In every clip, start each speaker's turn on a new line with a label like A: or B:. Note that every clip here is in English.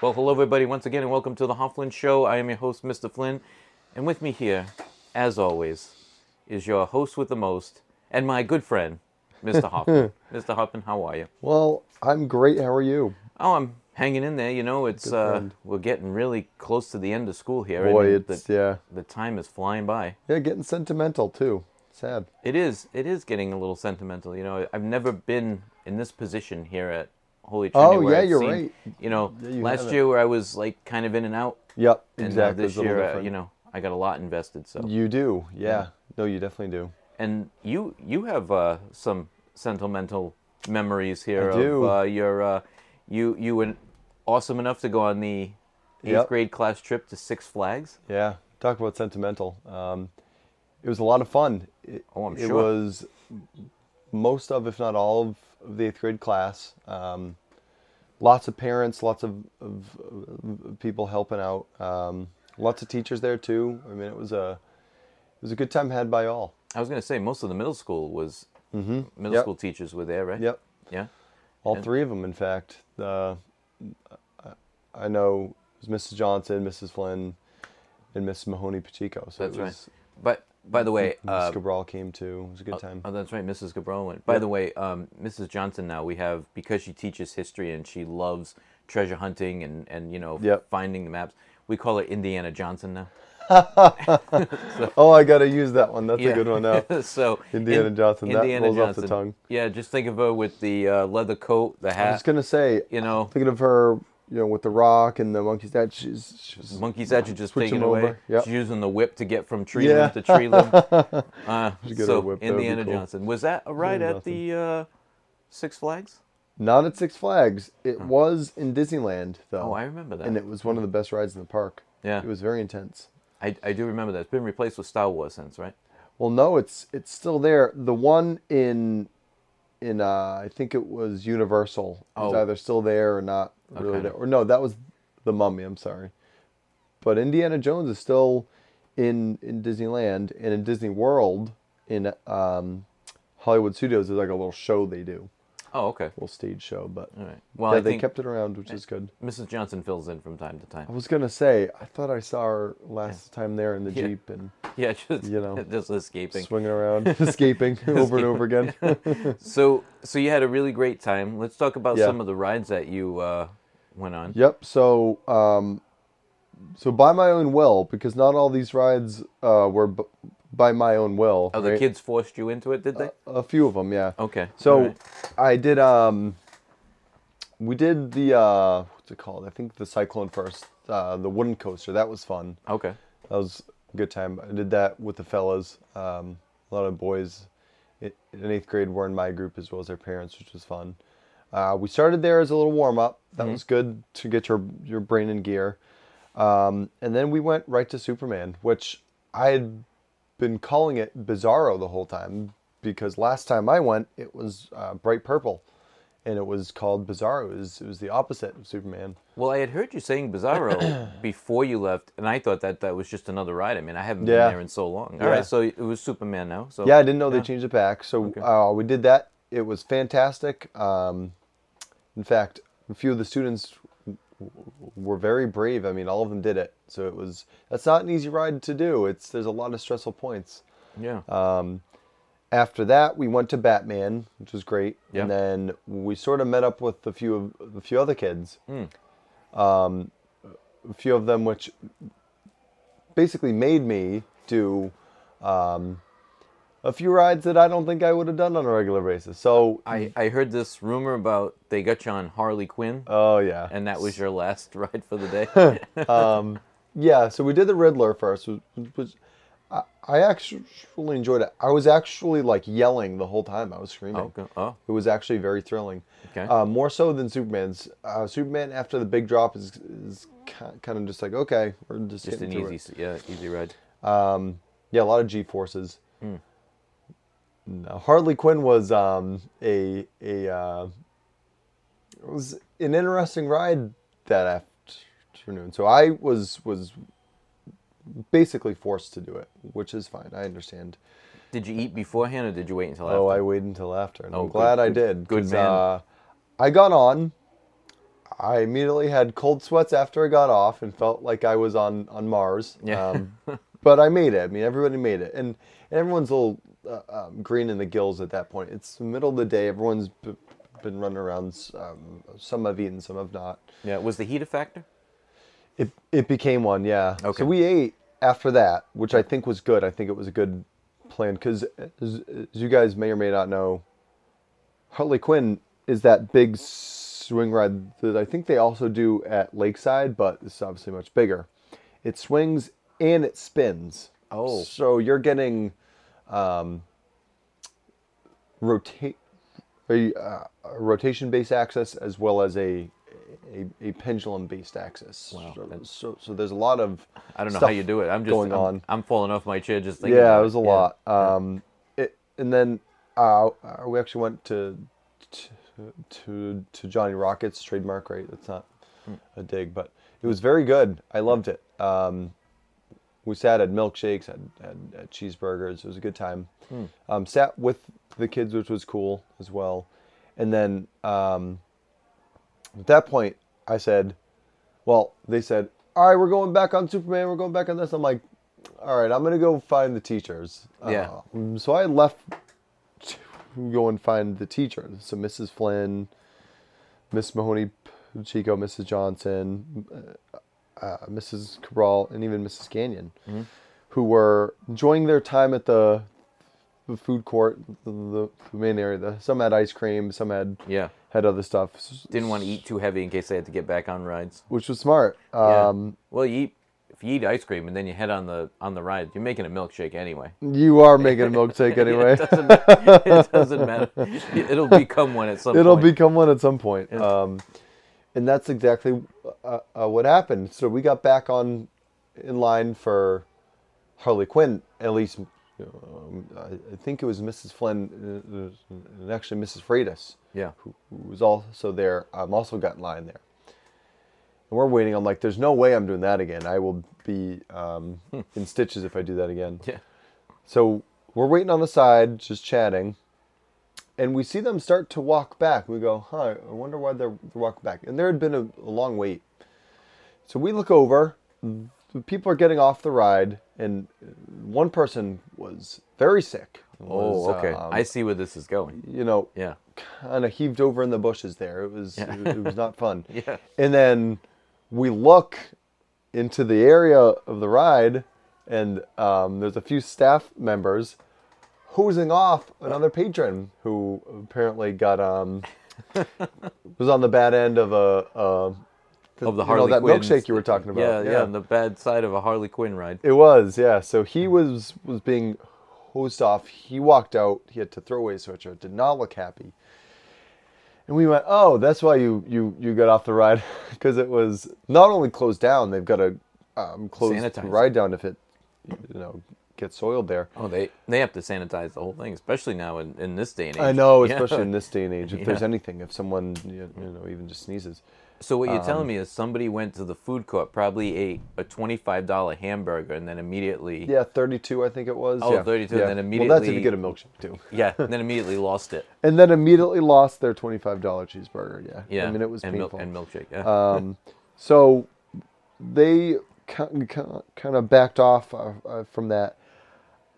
A: Well, hello, everybody, once again, and welcome to the Hofflin Show. I am your host, Mr. Flynn, and with me here, as always, is your host with the most and my good friend, Mr. Hoffman. Mr. Hoffman, how are you?
B: Well, I'm great. How are you?
A: Oh, I'm hanging in there. You know, it's uh,
B: friend.
A: we're getting really close to the end of school here.
B: Boy,
A: and
B: it's
A: the,
B: yeah,
A: the time is flying by.
B: yeah, getting sentimental too. Sad.
A: It is. It is getting a little sentimental. You know, I've never been in this position here at Holy Trinity.
B: Oh,
A: where
B: yeah,
A: I've
B: you're
A: seen,
B: right.
A: You know,
B: you
A: last
B: haven't.
A: year where I was like kind of in and out,
B: Yep,
A: and uh,
B: exactly. It's
A: this
B: a little
A: year, uh,
B: different.
A: you know, I got a lot invested. So,
B: you do. Yeah. No, you definitely do.
A: and you you have uh, some sentimental memories here
B: I
A: of
B: do.
A: Uh, your uh, you you were awesome enough to go on the eighth
B: Yep.
A: grade class trip to Six Flags.
B: Yeah. Talk about sentimental. Um, it was a lot of fun. It,
A: Oh, I'm
B: it
A: sure.
B: was most of, if not all of, of the eighth grade class. Um, lots of parents, lots of, of, of people helping out. Um, lots of teachers there too. I mean, it was a it was a good time had by all.
A: I was gonna say most of the middle school was middle
B: Mm-hmm. Yep.
A: school teachers were there, right?
B: Yep.
A: Yeah.
B: All three of them, in fact. Uh, I know it was Mrs. Johnson, Mrs. Flynn, and Miss Mahoney Pacheco. So
A: That's
B: it
A: right.
B: was,
A: But by the way,
B: Miss
A: uh,
B: Cabral came too. It was a good time.
A: Oh, that's right. Mrs. Gabron went. By the way, um, Mrs. Johnson now we have because she teaches history and she loves treasure hunting and and you know
B: Yep.
A: finding the maps. We call her Indiana Johnson now.
B: oh, I gotta use that one. That's
A: Yeah.
B: a good one. Now.
A: so
B: Indiana Johnson, that rolls off the tongue.
A: Yeah, just think of her with the uh, leather coat, the
B: I
A: hat.
B: was gonna say,
A: You know,
B: thinking of her, you know, with the Rock and the Monkeys. That she's, she's
A: monkey's at you just
B: Switch
A: taking
B: him
A: away.
B: over, yep.
A: She's using the whip to get from tree
B: Yeah.
A: limb to tree limb. Uh,
B: get her
A: so
B: whip, that would be
A: Indiana
B: cool.
A: Johnson was that a ride
B: Indiana
A: at the uh, Six Flags?
B: not at Six Flags. It was in Disneyland though.
A: Hmm. Oh, I remember that.
B: And it was one of the best rides in the park.
A: Yeah.
B: It was very intense.
A: I, I do remember that. It's been replaced with Star Wars since, right?
B: Well, no, it's it's still there. The one in in uh, I think it was Universal. It was
A: Oh.
B: either still there or not really
A: Okay.
B: there. Or no, that was the Mummy. I'm sorry, but Indiana Jones is still in in Disneyland and in Disney World in um, Hollywood Studios. There's like a little show they do,
A: Oh, okay.
B: a little stage show. But
A: All right. Uh, Well,
B: yeah,
A: I
B: they
A: think
B: kept it around, which is good.
A: Mrs. Johnson fills in from time to
B: I
A: time.
B: was gonna say, I thought I saw her last time there in the
A: Yeah.
B: jeep and
A: Yeah, just
B: You know,
A: just escaping.
B: swinging around, escaping over and over again.
A: So so you had a really great time. Let's talk about
B: Yeah.
A: some of the rides that you uh, went on.
B: Yep. So, um, so by my own will, because not all these rides uh, were b- by my own will.
A: Oh, the
B: right?
A: kids forced you into it, did they?
B: A few of them, yeah.
A: okay.
B: Uh, So,
A: all right.
B: I did. Um, we did the uh, what's it called? I think the Cyclone first, uh, the wooden coaster. That was fun.
A: okay.
B: That was a good time. I did that with the fellas. Um, a lot of boys i- in eighth grade were in my group as well as their parents, which was fun. Uh, we started there as a little warm up. That was good to get your your brain in gear. Um, and then we went right to Superman, which I had been calling it Bizarro the whole time because last time I went, it was uh, bright purple, and it was called Bizarro. It was, it was the opposite of Superman.
A: Well, I had heard you saying Bizarro before you left, and I thought that that was just another ride. I mean, I haven't
B: Yeah.
A: been there in so long. All right.
B: Yeah.
A: So it was Superman now. So
B: Yeah, I didn't know they changed it back. So
A: Okay.
B: uh, we did that. It was fantastic. Um, in fact, a few of the students w- w- were very brave. I mean, all of them did it. So it was. That's not an easy ride to do. It's there's a lot of stressful points.
A: Yeah.
B: Um, After that, we went to Batman, which was great.
A: Yeah.
B: And then we sort of met up with a few of a few other kids.
A: Hmm.
B: Um, a few of them, which basically made me do um, a few rides that I don't think I would have done on a regular basis. So,
A: I, I heard this rumor about they got you on Harley Quinn.
B: oh yeah,
A: and that was your last ride for the day.
B: yeah. So we did the Riddler first. Was, was I, I actually enjoyed it. I was actually like yelling the whole time. I was screaming.
A: okay. Oh,
B: It was actually very thrilling.
A: Okay.
B: Uh, more so than Superman's. Uh, Superman after the big drop is is kind of just like okay, we're just,
A: just an
B: getting through
A: easy,
B: it.
A: s- Hmm. yeah, easy ride.
B: Um, yeah, a lot of G forces. No, Harley Quinn was um, a a uh, it was an interesting ride that afternoon. So I was was basically forced to do it, which is fine. I understand.
A: Did you eat beforehand or did you wait until after?
B: Oh, I waited until after, and
A: Oh,
B: I'm
A: good-
B: glad I
A: good-
B: did.
A: good
B: 'cause,
A: man.
B: Uh, I got on. I immediately had cold sweats after I got off and felt like I was on on Mars.
A: Yeah.
B: Um, but I made it. I mean, everybody made it, and, and everyone's a little uh, um, green in the gills at that point. It's the middle of the day. Everyone's b- been running around. Um, some have eaten, some have not.
A: Yeah, was the heat a factor?
B: It it became one, yeah.
A: Okay.
B: So we ate after that, which I think was good. I think it was a good plan because, as, as you guys may or may not know, Harley Quinn is that big swing ride that I think they also do at Lakeside, but it's obviously much bigger. It swings and it spins.
A: Oh.
B: so you're getting um, rotate a, uh, a rotation-based axis as well as a a, a pendulum-based axis.
A: Wow,
B: So,
A: that's-
B: so, so there's a lot of
A: I don't know
B: stuff
A: how you do it. I'm just
B: going
A: I'm,
B: on.
A: I'm falling off my chair just thinking.
B: Yeah,
A: about
B: it was a lot. Um, it, and then uh, uh, we actually went to, to to to Johnny Rockets trademark, right? That's not a dig, but it was very good. I loved it. Um, we sat at milkshakes, had, had, had cheeseburgers. It was a good time. Um, sat with the kids, which was cool as well. And then um, at that point, I said, well, they said, all right, we're going back on Superman. We're going back on this. I'm like, all right, I'm going to go find the teachers.
A: Yeah.
B: Um, so I left to go and find the teachers. So Mrs. Flynn, Miss Mahoney Chico, Mrs. Johnson, uh, Mrs. Cabral, and even Mrs. Canyon, who were enjoying their time at the the food court, the, the, the main area. The, some had ice cream, some had
A: Yeah.
B: had other stuff, s-
A: Didn't want to eat too heavy in case I had to get back on rides.
B: which was smart.
A: Yeah.
B: Um,
A: well, you eat if you eat ice cream and then you head on the on the ride, you're making a milkshake anyway.
B: You are making a milkshake anyway.
A: It doesn't, ma- it doesn't matter. It'll become one at some
B: It'll
A: point.
B: become one at some point. Um, and that's exactly uh, uh, what happened. So we got back on in line for Harley Quinn. At least um, I I think it was Mrs. Flynn uh, uh, and actually Mrs. Freitas,
A: yeah.
B: who, who was also there. Um, also got in line there. And we're waiting. I'm like, there's no way I'm doing that again. I will be um, in stitches if I do that again.
A: Hmm. Yeah.
B: So we're waiting on the side, just chatting, and we see them start to walk back. We go, huh, I wonder why they're, they're walking back. And there had been a, a long wait. So we look over, the people are getting off the ride, and one person was very sick.
A: Oh,
B: Was, uh,
A: okay.
B: um,
A: I see where this is going.
B: you know,
A: Yeah.
B: kind of heaved over in the bushes there. It was it, it was not fun.
A: Yeah.
B: And then we look into the area of the ride, and um, there's a few staff members hosing off another patron who apparently got um was on the bad end of a. a
A: Of the
B: you
A: Harley
B: know, that
A: Quinn
B: milkshake you were talking about.
A: Yeah, yeah, on the bad side of a Harley Quinn ride.
B: It was, yeah. So he was was being hosed off. He walked out. He had to throw away his sweatshirt. Did not look happy. And we went, oh, that's why you you you got off the ride because it was not only closed down. They've got to um, close
A: Sanitize
B: the
A: it.
B: ride down if it you know gets soiled there.
A: Oh, they they have to sanitize the whole thing, especially now in, in this day and age.
B: I know,
A: Yeah.
B: especially in this day and age. If there's
A: Yeah.
B: anything, if someone you you know even just sneezes,
A: So what you're
B: um,
A: telling me is somebody went to the food court, probably ate a twenty-five dollar hamburger, and then immediately
B: yeah, 32, I think it was.
A: Oh,
B: yeah.
A: 32,
B: yeah.
A: and then
B: Well, that's if you
A: immediately-
B: get a milkshake too.
A: yeah, and then immediately lost it.
B: And then immediately lost their twenty-five dollar cheeseburger. Yeah,
A: Yeah,
B: I mean it was
A: and,
B: painful.
A: and milkshake. Yeah.
B: Um, so they kind of backed off uh, uh, from that.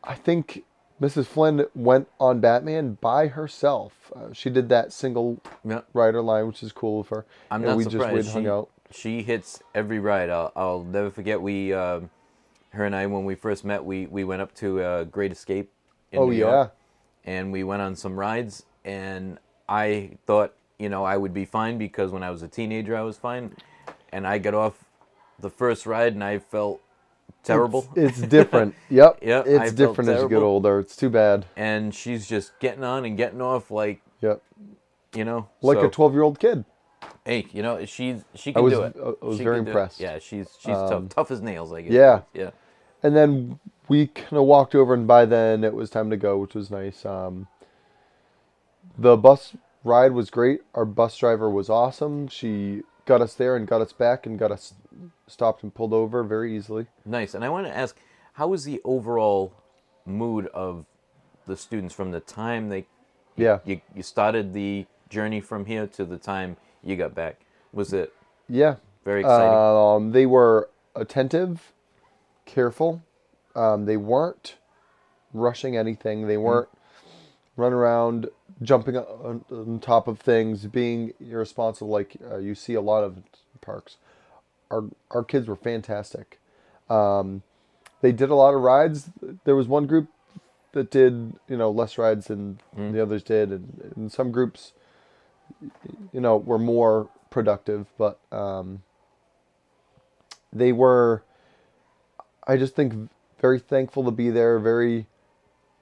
B: I think Mrs. Flynn went on Batman by herself. Uh, she did that single
A: Yeah.
B: rider line, which is cool of her.
A: I'm
B: and
A: not
B: we just
A: surprised.
B: went and hung
A: she,
B: out.
A: she hits every ride. I'll, I'll never forget. We, um, her and I, when we first met, we we went up to uh, Great Escape. In
B: Oh,
A: New York,
B: yeah.
A: and we went on some rides. And I thought, you know, I would be fine because when I was a teenager, I was fine. And I got off the first ride, and I felt terrible.
B: It's different. yep.
A: Yeah, I
B: it's
A: felt
B: different as you get
A: terrible.
B: older. It's too bad.
A: and she's just getting on and getting off like
B: Yep.
A: you know,
B: Like
A: so,
B: a 12 year old kid.
A: Hey, you know, she's she can
B: was-
A: do it.
B: I was
A: She
B: very
A: can do it.
B: impressed. Um,
A: Yeah, she's she's tough, tough as nails. I guess.
B: yeah.
A: Yeah.
B: and then we kind of walked over, and by then it was time to go, which was nice. Um, the bus ride was great. Our bus driver was awesome. She got us there and got us back and got us stopped and pulled over very easily.
A: Nice. And I want to ask, how was the overall mood of the students from the time they
B: Yeah,
A: you, you started the journey from here to the time you got back? was it.
B: Yeah.
A: Very exciting.
B: Um, they were attentive, careful. Um, they weren't rushing anything. They weren't running around, jumping on, on top of things, being irresponsible like uh, you see a lot of parks. Our our kids were fantastic. Um, they did a lot of rides. There was one group that did you know less rides than the others did, and, and some groups you know were more productive, but um, they were. I just think very thankful to be there, very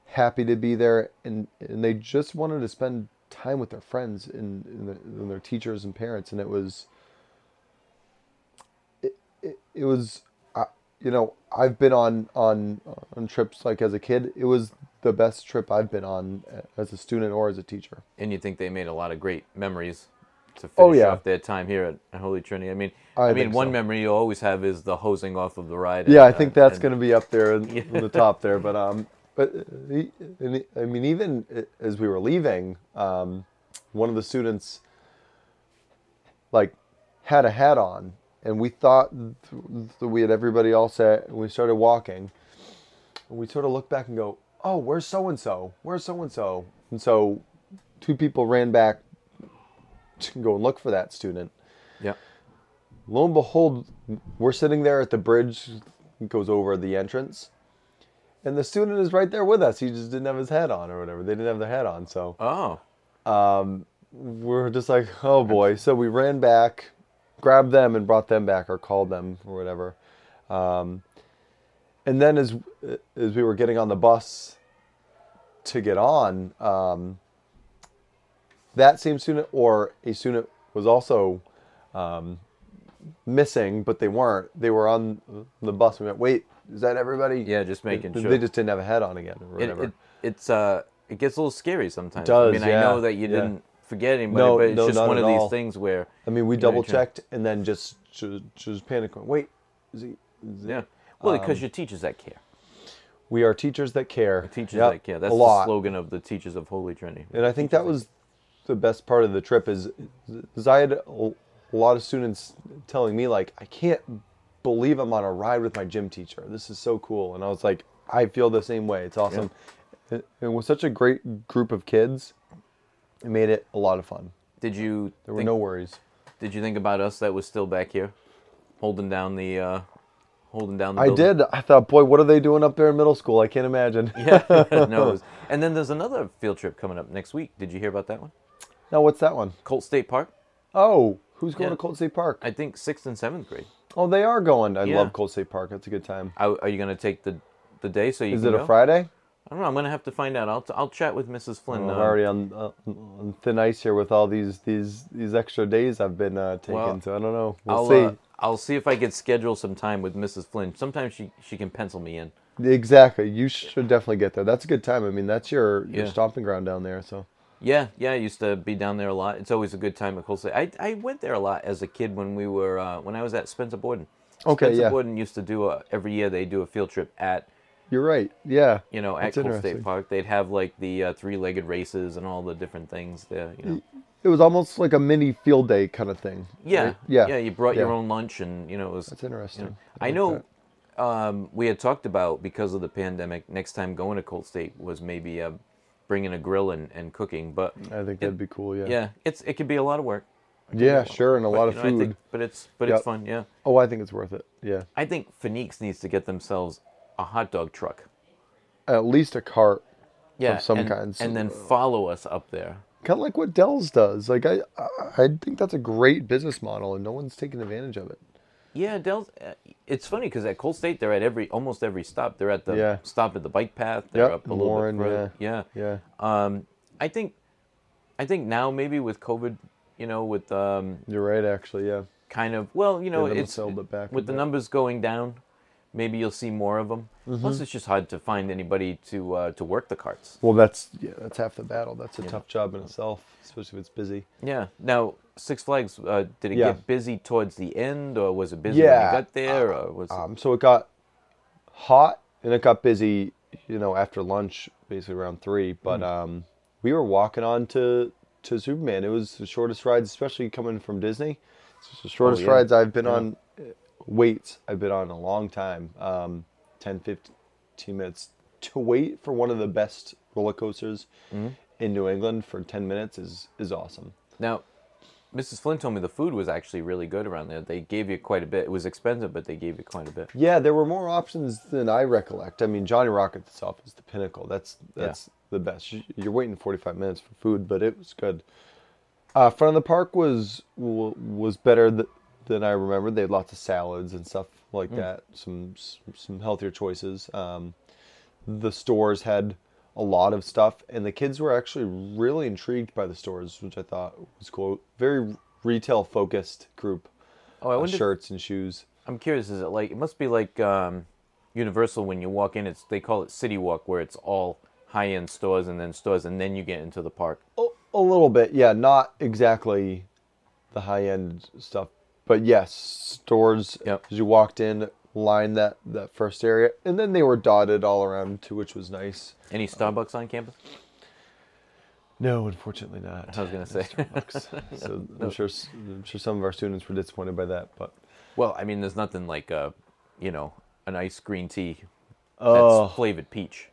B: happy to be there, and and they just wanted to spend time with their friends and, and, their, and their teachers and parents, and it was. It, it, it was, I you know, I've been on on on trips like as a kid. It was the best trip I've been on eh, as a student or as a teacher.
A: and you think they made a lot of great memories to finish
B: Oh, yeah.
A: off their time here at- at Holy Trinity. I mean, I,
B: I
A: mean,
B: think
A: one
B: so.
A: memory you always have is the hosing off of the ride.
B: Yeah,
A: at,
B: I think
A: uh,
B: that's
A: at-
B: going to be up there in, in the top there. But um, but uh, e- and e- I mean, even i- as we were leaving, um, one of the students like had a hat on, and we thought th- th- we had everybody all set, and we started walking, and we sort of looked back and go, "Oh, where's so and so? Where's so and so?" And so, two people ran back to go and look for that student
A: Yeah.
B: lo and behold, we're sitting there at the bridge that goes over the entrance, and the student is right there with us. He just didn't have his hat on or whatever. They didn't have their hat on, so
A: Oh,
B: we're just like, oh boy. So we ran back, grabbed them, and brought them back or called them or whatever. Um, and then as as we were getting on the bus to get on, um, that same student or a student was also um, missing, but they weren't. They were on the bus. We went, wait, is that everybody?
A: Yeah, just making
B: they,
A: sure.
B: They just didn't have a head on again or
A: it,
B: whatever.
A: it it's uh, it gets a little scary sometimes. I
B: does,
A: mean, I
B: yeah,
A: know that you
B: yeah.
A: didn't forget anybody,
B: No,
A: but it's
B: no,
A: just
B: not
A: one
B: at
A: of these
B: all.
A: these things where
B: I mean, we
A: you know, you
B: double
A: can't-
B: checked and then just just, just panicked. Went, wait, is he? Is he?
A: Yeah.
B: um,
A: Well, because your teachers that care.
B: We are teachers that care.
A: Teachers
B: Yep,
A: that care. That's
B: a
A: the
B: lot.
A: slogan of the Teachers of Holy Trinity.
B: And I think that was the best part of the trip is, is I had a a lot of students telling me like, I can't believe I'm on a ride with my gym teacher. This is so cool. And I was like, I feel the same way. It's awesome. It, it was such a great group of kids. It made it a lot of fun.
A: Did you
B: There were
A: think,
B: no worries.
A: Did you think about us that was still back here, holding down the, uh, holding down the?
B: I
A: building?
B: did. I thought, boy, what are they doing up there in middle school? I can't imagine.
A: Yeah, no. it was- And then there's another field trip coming up next week. Did you hear about that one?
B: now, what's that one?
A: Colt State Park.
B: Oh, who's going
A: Yeah.
B: to Cold State Park?
A: I think sixth and seventh grade.
B: oh, they are going. I
A: Yeah.
B: love Cold State Park. It's a good time.
A: Are, are you going to take the the day so you
B: Is
A: can
B: it
A: go?
B: a Friday?
A: I don't know. I'm going to have to find out. I'll t- I'll chat with Mrs. Flynn.
B: I'm
A: uh,
B: already on, uh, on thin ice here with all these these these extra days I've been uh, taking.
A: Well,
B: so I don't know. We'll
A: I'll
B: see.
A: uh, I'll see if I can schedule some time with Mrs. Flynn. Sometimes she she can pencil me in.
B: exactly. You should definitely get there. That's a good time. I mean, that's your your
A: Yeah.
B: stomping ground down there. So
A: Yeah, yeah. I used to be down there a lot. It's always a good time at Cold State. I I went there a lot as a kid when we were uh, when I was at Spencer Borden.
B: Okay,
A: Spencer
B: yeah.
A: Borden used to do a every year they do a field trip at
B: you're right. Yeah.
A: you know, at
B: That's
A: Cold State
B: interesting.
A: Park, they'd have like the uh, three-legged races and all the different things there. You know,
B: It was almost like a mini field day kind of thing.
A: yeah,
B: right?
A: yeah,
B: Yeah.
A: You brought your
B: Yeah.
A: own lunch, and you know, it was.
B: That's interesting.
A: I know. Um, we had talked about because of the pandemic. Next time going to Cold State was maybe uh, bringing a grill and, and cooking, but
B: I think that'd be cool. Uh, Yeah.
A: yeah, it's it could be a lot of work.
B: Yeah, sure, and a
A: But,
B: lot
A: you
B: of
A: know, I
B: food.
A: think- but it's but
B: Yep.
A: it's fun. Yeah,
B: oh, I think it's worth it. Yeah.
A: I think Phoenix needs to get themselves a hot dog truck.
B: At least a cart.
A: Yeah,
B: some
A: and,
B: kinds.
A: and then follow us up there.
B: Kind of like what Dell's does. Like I, I, I think that's a great business model, and no one's taking advantage of it.
A: Yeah, Dell's. uh, It's funny because at Cold State, they're at every almost every stop. They're at the
B: Yeah.
A: stop at the bike path. They're
B: Yep,
A: up a little
B: Warren,
A: bit further. Yeah.
B: Yeah.
A: Um, I think, I think now maybe with COVID, you know, with um,
B: You're right. Actually, yeah.
A: kind of well, you know,
B: them a
A: it's
B: sell bit back a
A: with the
B: bit.
A: numbers going down, maybe you'll see more of them. Plus,
B: Mm-hmm.
A: it's just hard to find anybody to uh, to work the carts.
B: Well, that's yeah, that's half the battle. That's a tough job in itself, especially if it's busy.
A: Yeah. Now, Six Flags, uh, did it
B: Yeah.
A: get busy towards the end, or was it busy
B: Yeah,
A: when you got there, or was
B: Um, so it got hot and it got busy, you know, after lunch, basically around three. But
A: Hmm.
B: um, we were walking on to to Superman. It was the shortest ride, especially coming from Disney. It's the shortest
A: Oh, yeah.
B: rides I've been on. uh, Waits I've been on a long time. Um, 10, 15 minutes to wait for one of the best roller coasters
A: Mm-hmm.
B: in New England for ten minutes is is awesome.
A: Now, Mrs. Flynn told me the food was actually really good around there. They gave you quite a bit. It was expensive, but they gave you quite a bit.
B: Yeah, there were more options than I recollect. I mean, Johnny Rocket itself is the pinnacle. That's that's the best. You- You're waiting 45 minutes for food, but it was good. Uh, front of the park was wa- was better th- than I remembered. They had lots of salads and stuff like
A: Hmm.
B: that. Some s- some healthier choices. Um, the stores had a lot of stuff, and the kids were actually really intrigued by the stores, which I thought was cool. Very retail focused group.
A: Oh, I
B: uh,
A: wonder.
B: shirts and shoes.
A: I'm curious. Is it like it must be like um, Universal when you walk in? It's they call it City Walk, where it's all high-end stores and then stores, and then you get into the park.
B: A a little bit, yeah. Not exactly the high end stuff, but yes, stores.
A: Yep.
B: As you walked in, lined that that first area, and then they were dotted all around too, which was nice.
A: Any Starbucks on campus?
B: No, unfortunately not.
A: I was gonna say.
B: Starbucks. so I'm sure s- I'm sure some of our students were disappointed by that, but
A: Well, I mean, there's nothing like uh, you know, an ice green tea that's
B: Oh.
A: flavored peach.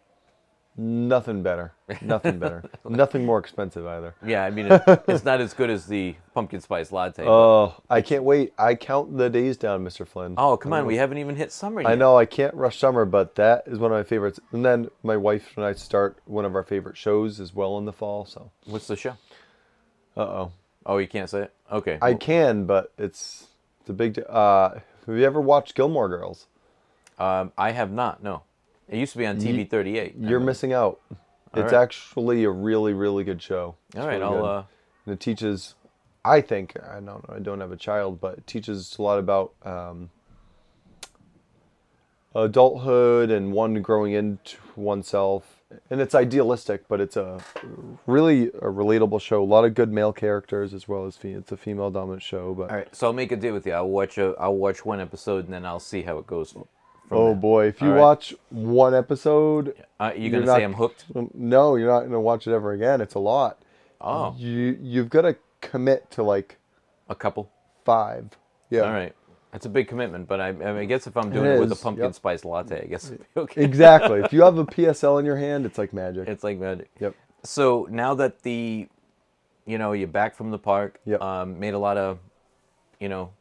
B: nothing better. Nothing better. nothing more expensive either.
A: Yeah, I mean, it, it's not as good as the pumpkin spice latte. but-
B: Oh, I can't wait. I count the days down, Mr. Flynn.
A: oh, come on, we haven't even hit summer yet.
B: I know I can't rush summer, but that is one of my favorites. And then my wife and I start one of our favorite shows as well in the fall. So,
A: What's the show?
B: uh oh,
A: Oh, you can't say it. Okay.
B: I
A: well,
B: can, but it's it's a big. di- Uh, have you ever watched Gilmore Girls?
A: um, I have not. No, it used to be on TV 38. I
B: You're
A: remember.
B: missing out. it's
A: right.
B: actually a really, really good show. It's
A: All right,
B: really
A: I'll.
B: good.
A: Uh,
B: and it teaches. I think I don't know. I don't have a child, but it teaches a lot about um, adulthood and one growing into oneself. And it's idealistic, but it's a really a relatable show. A lot of good male characters as well as fe- it's a female dominant show. But
A: all right, so I'll make a deal with you. I'll watch a. I'll watch one episode and then I'll see how it goes. Uh, From
B: oh boy, if you
A: All right.
B: watch one episode,
A: Uh, you're
B: You're
A: gonna
B: not-
A: say I'm hooked?
B: no, you're not going to watch it ever again. It's a lot.
A: Oh,
B: You you've got to commit to like
A: a couple.
B: five. Yeah.
A: All right, that's a big commitment, but I, I, mean, I guess if I'm doing it,
B: It
A: with a
B: is,
A: pumpkin
B: yep.
A: spice latte, I guess it'll be okay.
B: Exactly. if you have a PSL in your hand, it's like magic.
A: It's like magic.
B: Yep.
A: So now that the, you know, you're back from the park,
B: Yep.
A: um, made a lot of, you know,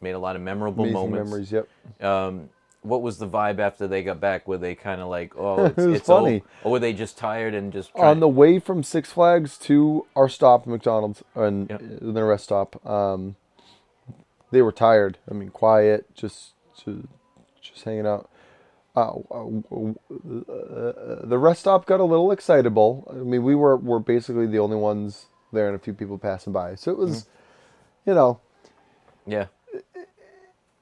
A: made a lot of memorable
B: Amazing
A: moments.
B: memories. Yep.
A: Um, what was the vibe after they got back? Were they kind of like, oh, it's,
B: was
A: it's funny.
B: funny.
A: Or were they just tired and just
B: On
A: trying?
B: the way from Six Flags to our stop at McDonald's and
A: Yep.
B: and the rest stop, um, they were tired. I mean, quiet, just ju- just hanging out. Uh, uh, uh, the rest stop got a little excitable. I mean, we were were basically the only ones there, and a few people passing by. So it was,
A: Mm-hmm.
B: you know,
A: yeah.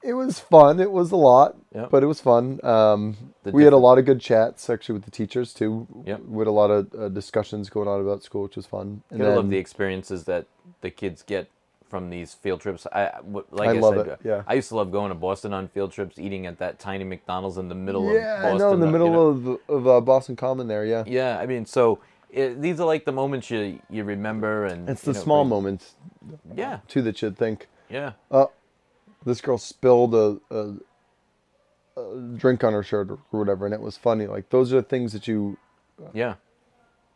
B: it was fun. It was a lot,
A: Yep.
B: but it was fun. Um,
A: The
B: we had a
A: different-
B: lot of good chats actually with the teachers too.
A: Yep.
B: With a lot of uh, discussions going on about school, which was fun. And
A: Gotta love
B: then-
A: the experiences that the kids get from these field trips. I I- w- like I,
B: I love
A: said,
B: it, yeah.
A: I used to love going to Boston on field trips, eating at that tiny McDonald's in the middle of
B: yeah,
A: Boston.
B: I know in the
A: you
B: middle of of uh, Boston Common there. Yeah.
A: Yeah, I mean, so it, these are like the moments you you remember, and
B: It's
A: you
B: the
A: know,
B: small
A: bring-
B: moments
A: Yeah,
B: too that you'd think
A: yeah.
B: Uh, this girl spilled a, a, a drink on her shirt or whatever, and it was funny. Like those are things that you
A: Yeah.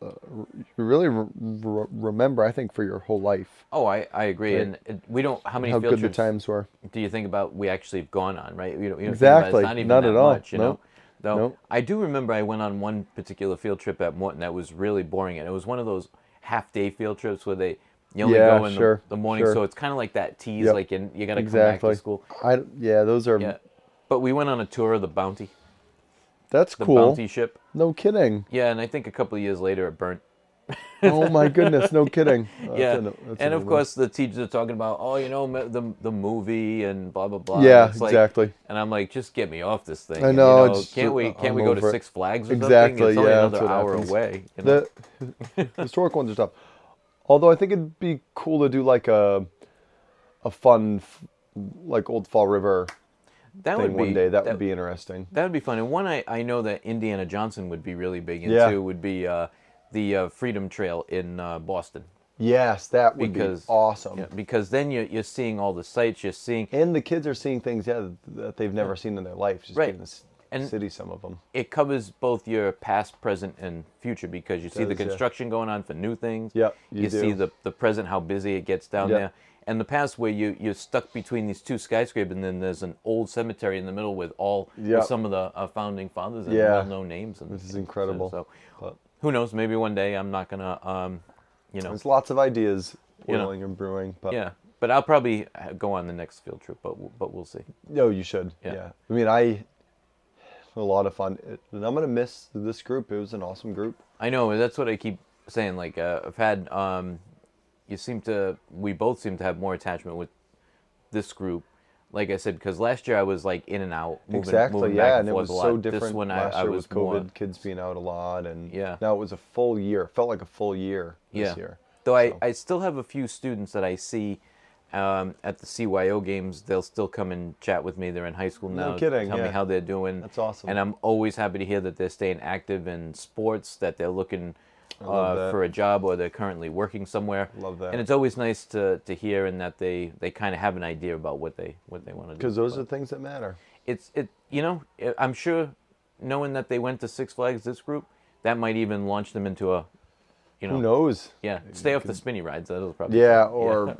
B: you really re- re- remember. I think for your whole life,
A: Oh, I, I agree. And it, we don't. How many
B: how
A: field
B: good the
A: trips
B: times were.
A: do you think about we actually have gone on? Right. You know. You know
B: Exactly.
A: It's not even
B: Not
A: that
B: at all.
A: Much, you know.
B: Nope.
A: Though
B: Nope.
A: I do remember I went on one particular field trip at Morton that was really boring, and it was one of those half day field trips where they you only
B: Yeah,
A: go in the-
B: sure,
A: the, morning,
B: sure.
A: so it's kind of like that tease,
B: Yep.
A: like in, you got to come
B: Exactly.
A: back to school.
B: I yeah, those are
A: Yeah. But we went on a tour of the Bounty,
B: that's
A: the
B: cool.
A: Bounty ship.
B: No kidding.
A: Yeah, and I think a couple of years later it burnt.
B: oh my goodness, no kidding. That's
A: yeah,
B: a no- that's a
A: and of
B: no-brainer.
A: course the teachers are talking about, oh, you know, me- the the movie and blah blah blah.
B: Yeah,
A: It's like-
B: exactly.
A: And I'm like, just get me off this thing.
B: I
A: and,
B: know,
A: You
B: it's-
A: can't we
B: uh,
A: can't
B: I'm
A: we go to
B: over it.
A: Six Flags or something?
B: Exactly,
A: It's only
B: yeah, that's
A: another
B: what
A: hour
B: happens.
A: away. You know?
B: the historic ones are tough. Although I think it'd be cool to do like a a fun f- like Old Fall River
A: that
B: thing
A: would be
B: one day. That, would be interesting.
A: that would be fun. And one I, I know that Indiana Johnson would be really big into
B: Yeah.
A: would be uh, the uh, Freedom Trail in uh, Boston.
B: Yes, that would
A: because
B: be awesome.
A: yeah, because then you're, you're seeing all the sights. You're seeing
B: And the kids are seeing things yeah, that they've never seen in their life. Just
A: Right.
B: being in this
A: And-
B: city, some of them.
A: it covers both your past, present, and future because you see the
B: does, yeah.
A: construction going on for new things.
B: Yep,
A: you
B: you
A: see
B: do.
A: the the present how busy it gets down
B: Yep.
A: there, and the past where you you're stuck between these two skyscrapers, and then there's an old cemetery in the middle with all
B: Yep.
A: with some of the uh, founding fathers and
B: Yeah.
A: well-known names. And
B: This is incredible.
A: So,
B: But
A: who knows? Maybe one day I'm not gonna, um, you know,
B: there's lots of ideas
A: You know.
B: boiling and brewing. But
A: yeah. But I'll probably uh, go on the next field trip, but we'll- but we'll see.
B: No, you should.
A: Yeah.
B: Yeah. I mean, I a lot of fun, It- and I'm gonna miss this group. It was an awesome group.
A: I know that's what I keep saying. Like uh, I've had, um, you seem to, we both seem to have more attachment with this group. Like I said, because last year I was like in and out, moving,
B: exactly.
A: moving
B: yeah,
A: back and,
B: and it
A: forth
B: was
A: a lot.
B: so
A: This
B: different
A: one I,
B: last
A: I
B: year
A: was
B: with COVID,
A: more.
B: kids being out a lot, and
A: Yeah.
B: now it was a full year. It felt like a full year this
A: yeah.
B: year.
A: Though I,
B: So,
A: I still have a few students that I see um, at the CYO games. They'll still come and chat with me. They're in high school now.
B: No kidding,
A: Tell me
B: yeah.
A: how they're doing.
B: That's awesome.
A: And I'm always happy to hear that they're staying active in sports, that they're looking
B: love
A: uh,
B: that.
A: for a job or they're currently working somewhere.
B: Love that.
A: And it's always nice to, to hear and that they, they kind of have an idea about what they what they want to do.
B: because those are things that matter.
A: it's it you know it, I'm sure knowing that they went to Six Flags this group that might even launch them into a you know
B: Who knows?
A: Oh. yeah, stay off the spinny rides. That'll probably
B: Yeah, or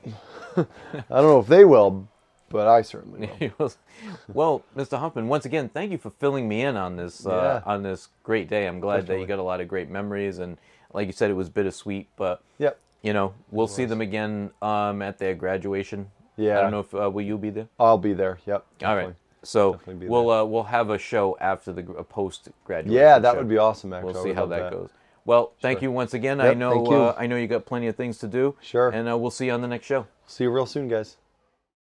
B: I don't know if they will, but I certainly will.
A: well, Mr. Huffman, once again, thank you for filling me in on this uh,
B: Yeah.
A: on this great day. I'm glad that you
B: Definitely.
A: got a lot of great memories, and like you said, it was bittersweet, but
B: Yep.
A: you know we'll see them again um, at their graduation. I
B: Yeah.
A: don't know if uh, will you be there.
B: I'll be there. Yep.
A: All right,
B: definitely.
A: so
B: Definitely be
A: we'll uh, we'll have a show after the post graduation.
B: Yeah, that would be awesome. Actually,
A: We'll
B: I
A: see
B: would
A: how
B: love
A: that, goes. Well, thank
B: Sure.
A: you once again. I
B: Yep,
A: know
B: thank you.
A: Uh, I know you got plenty of things to do.
B: Sure.
A: and uh, we'll see you on the next show.
B: See you real soon, guys.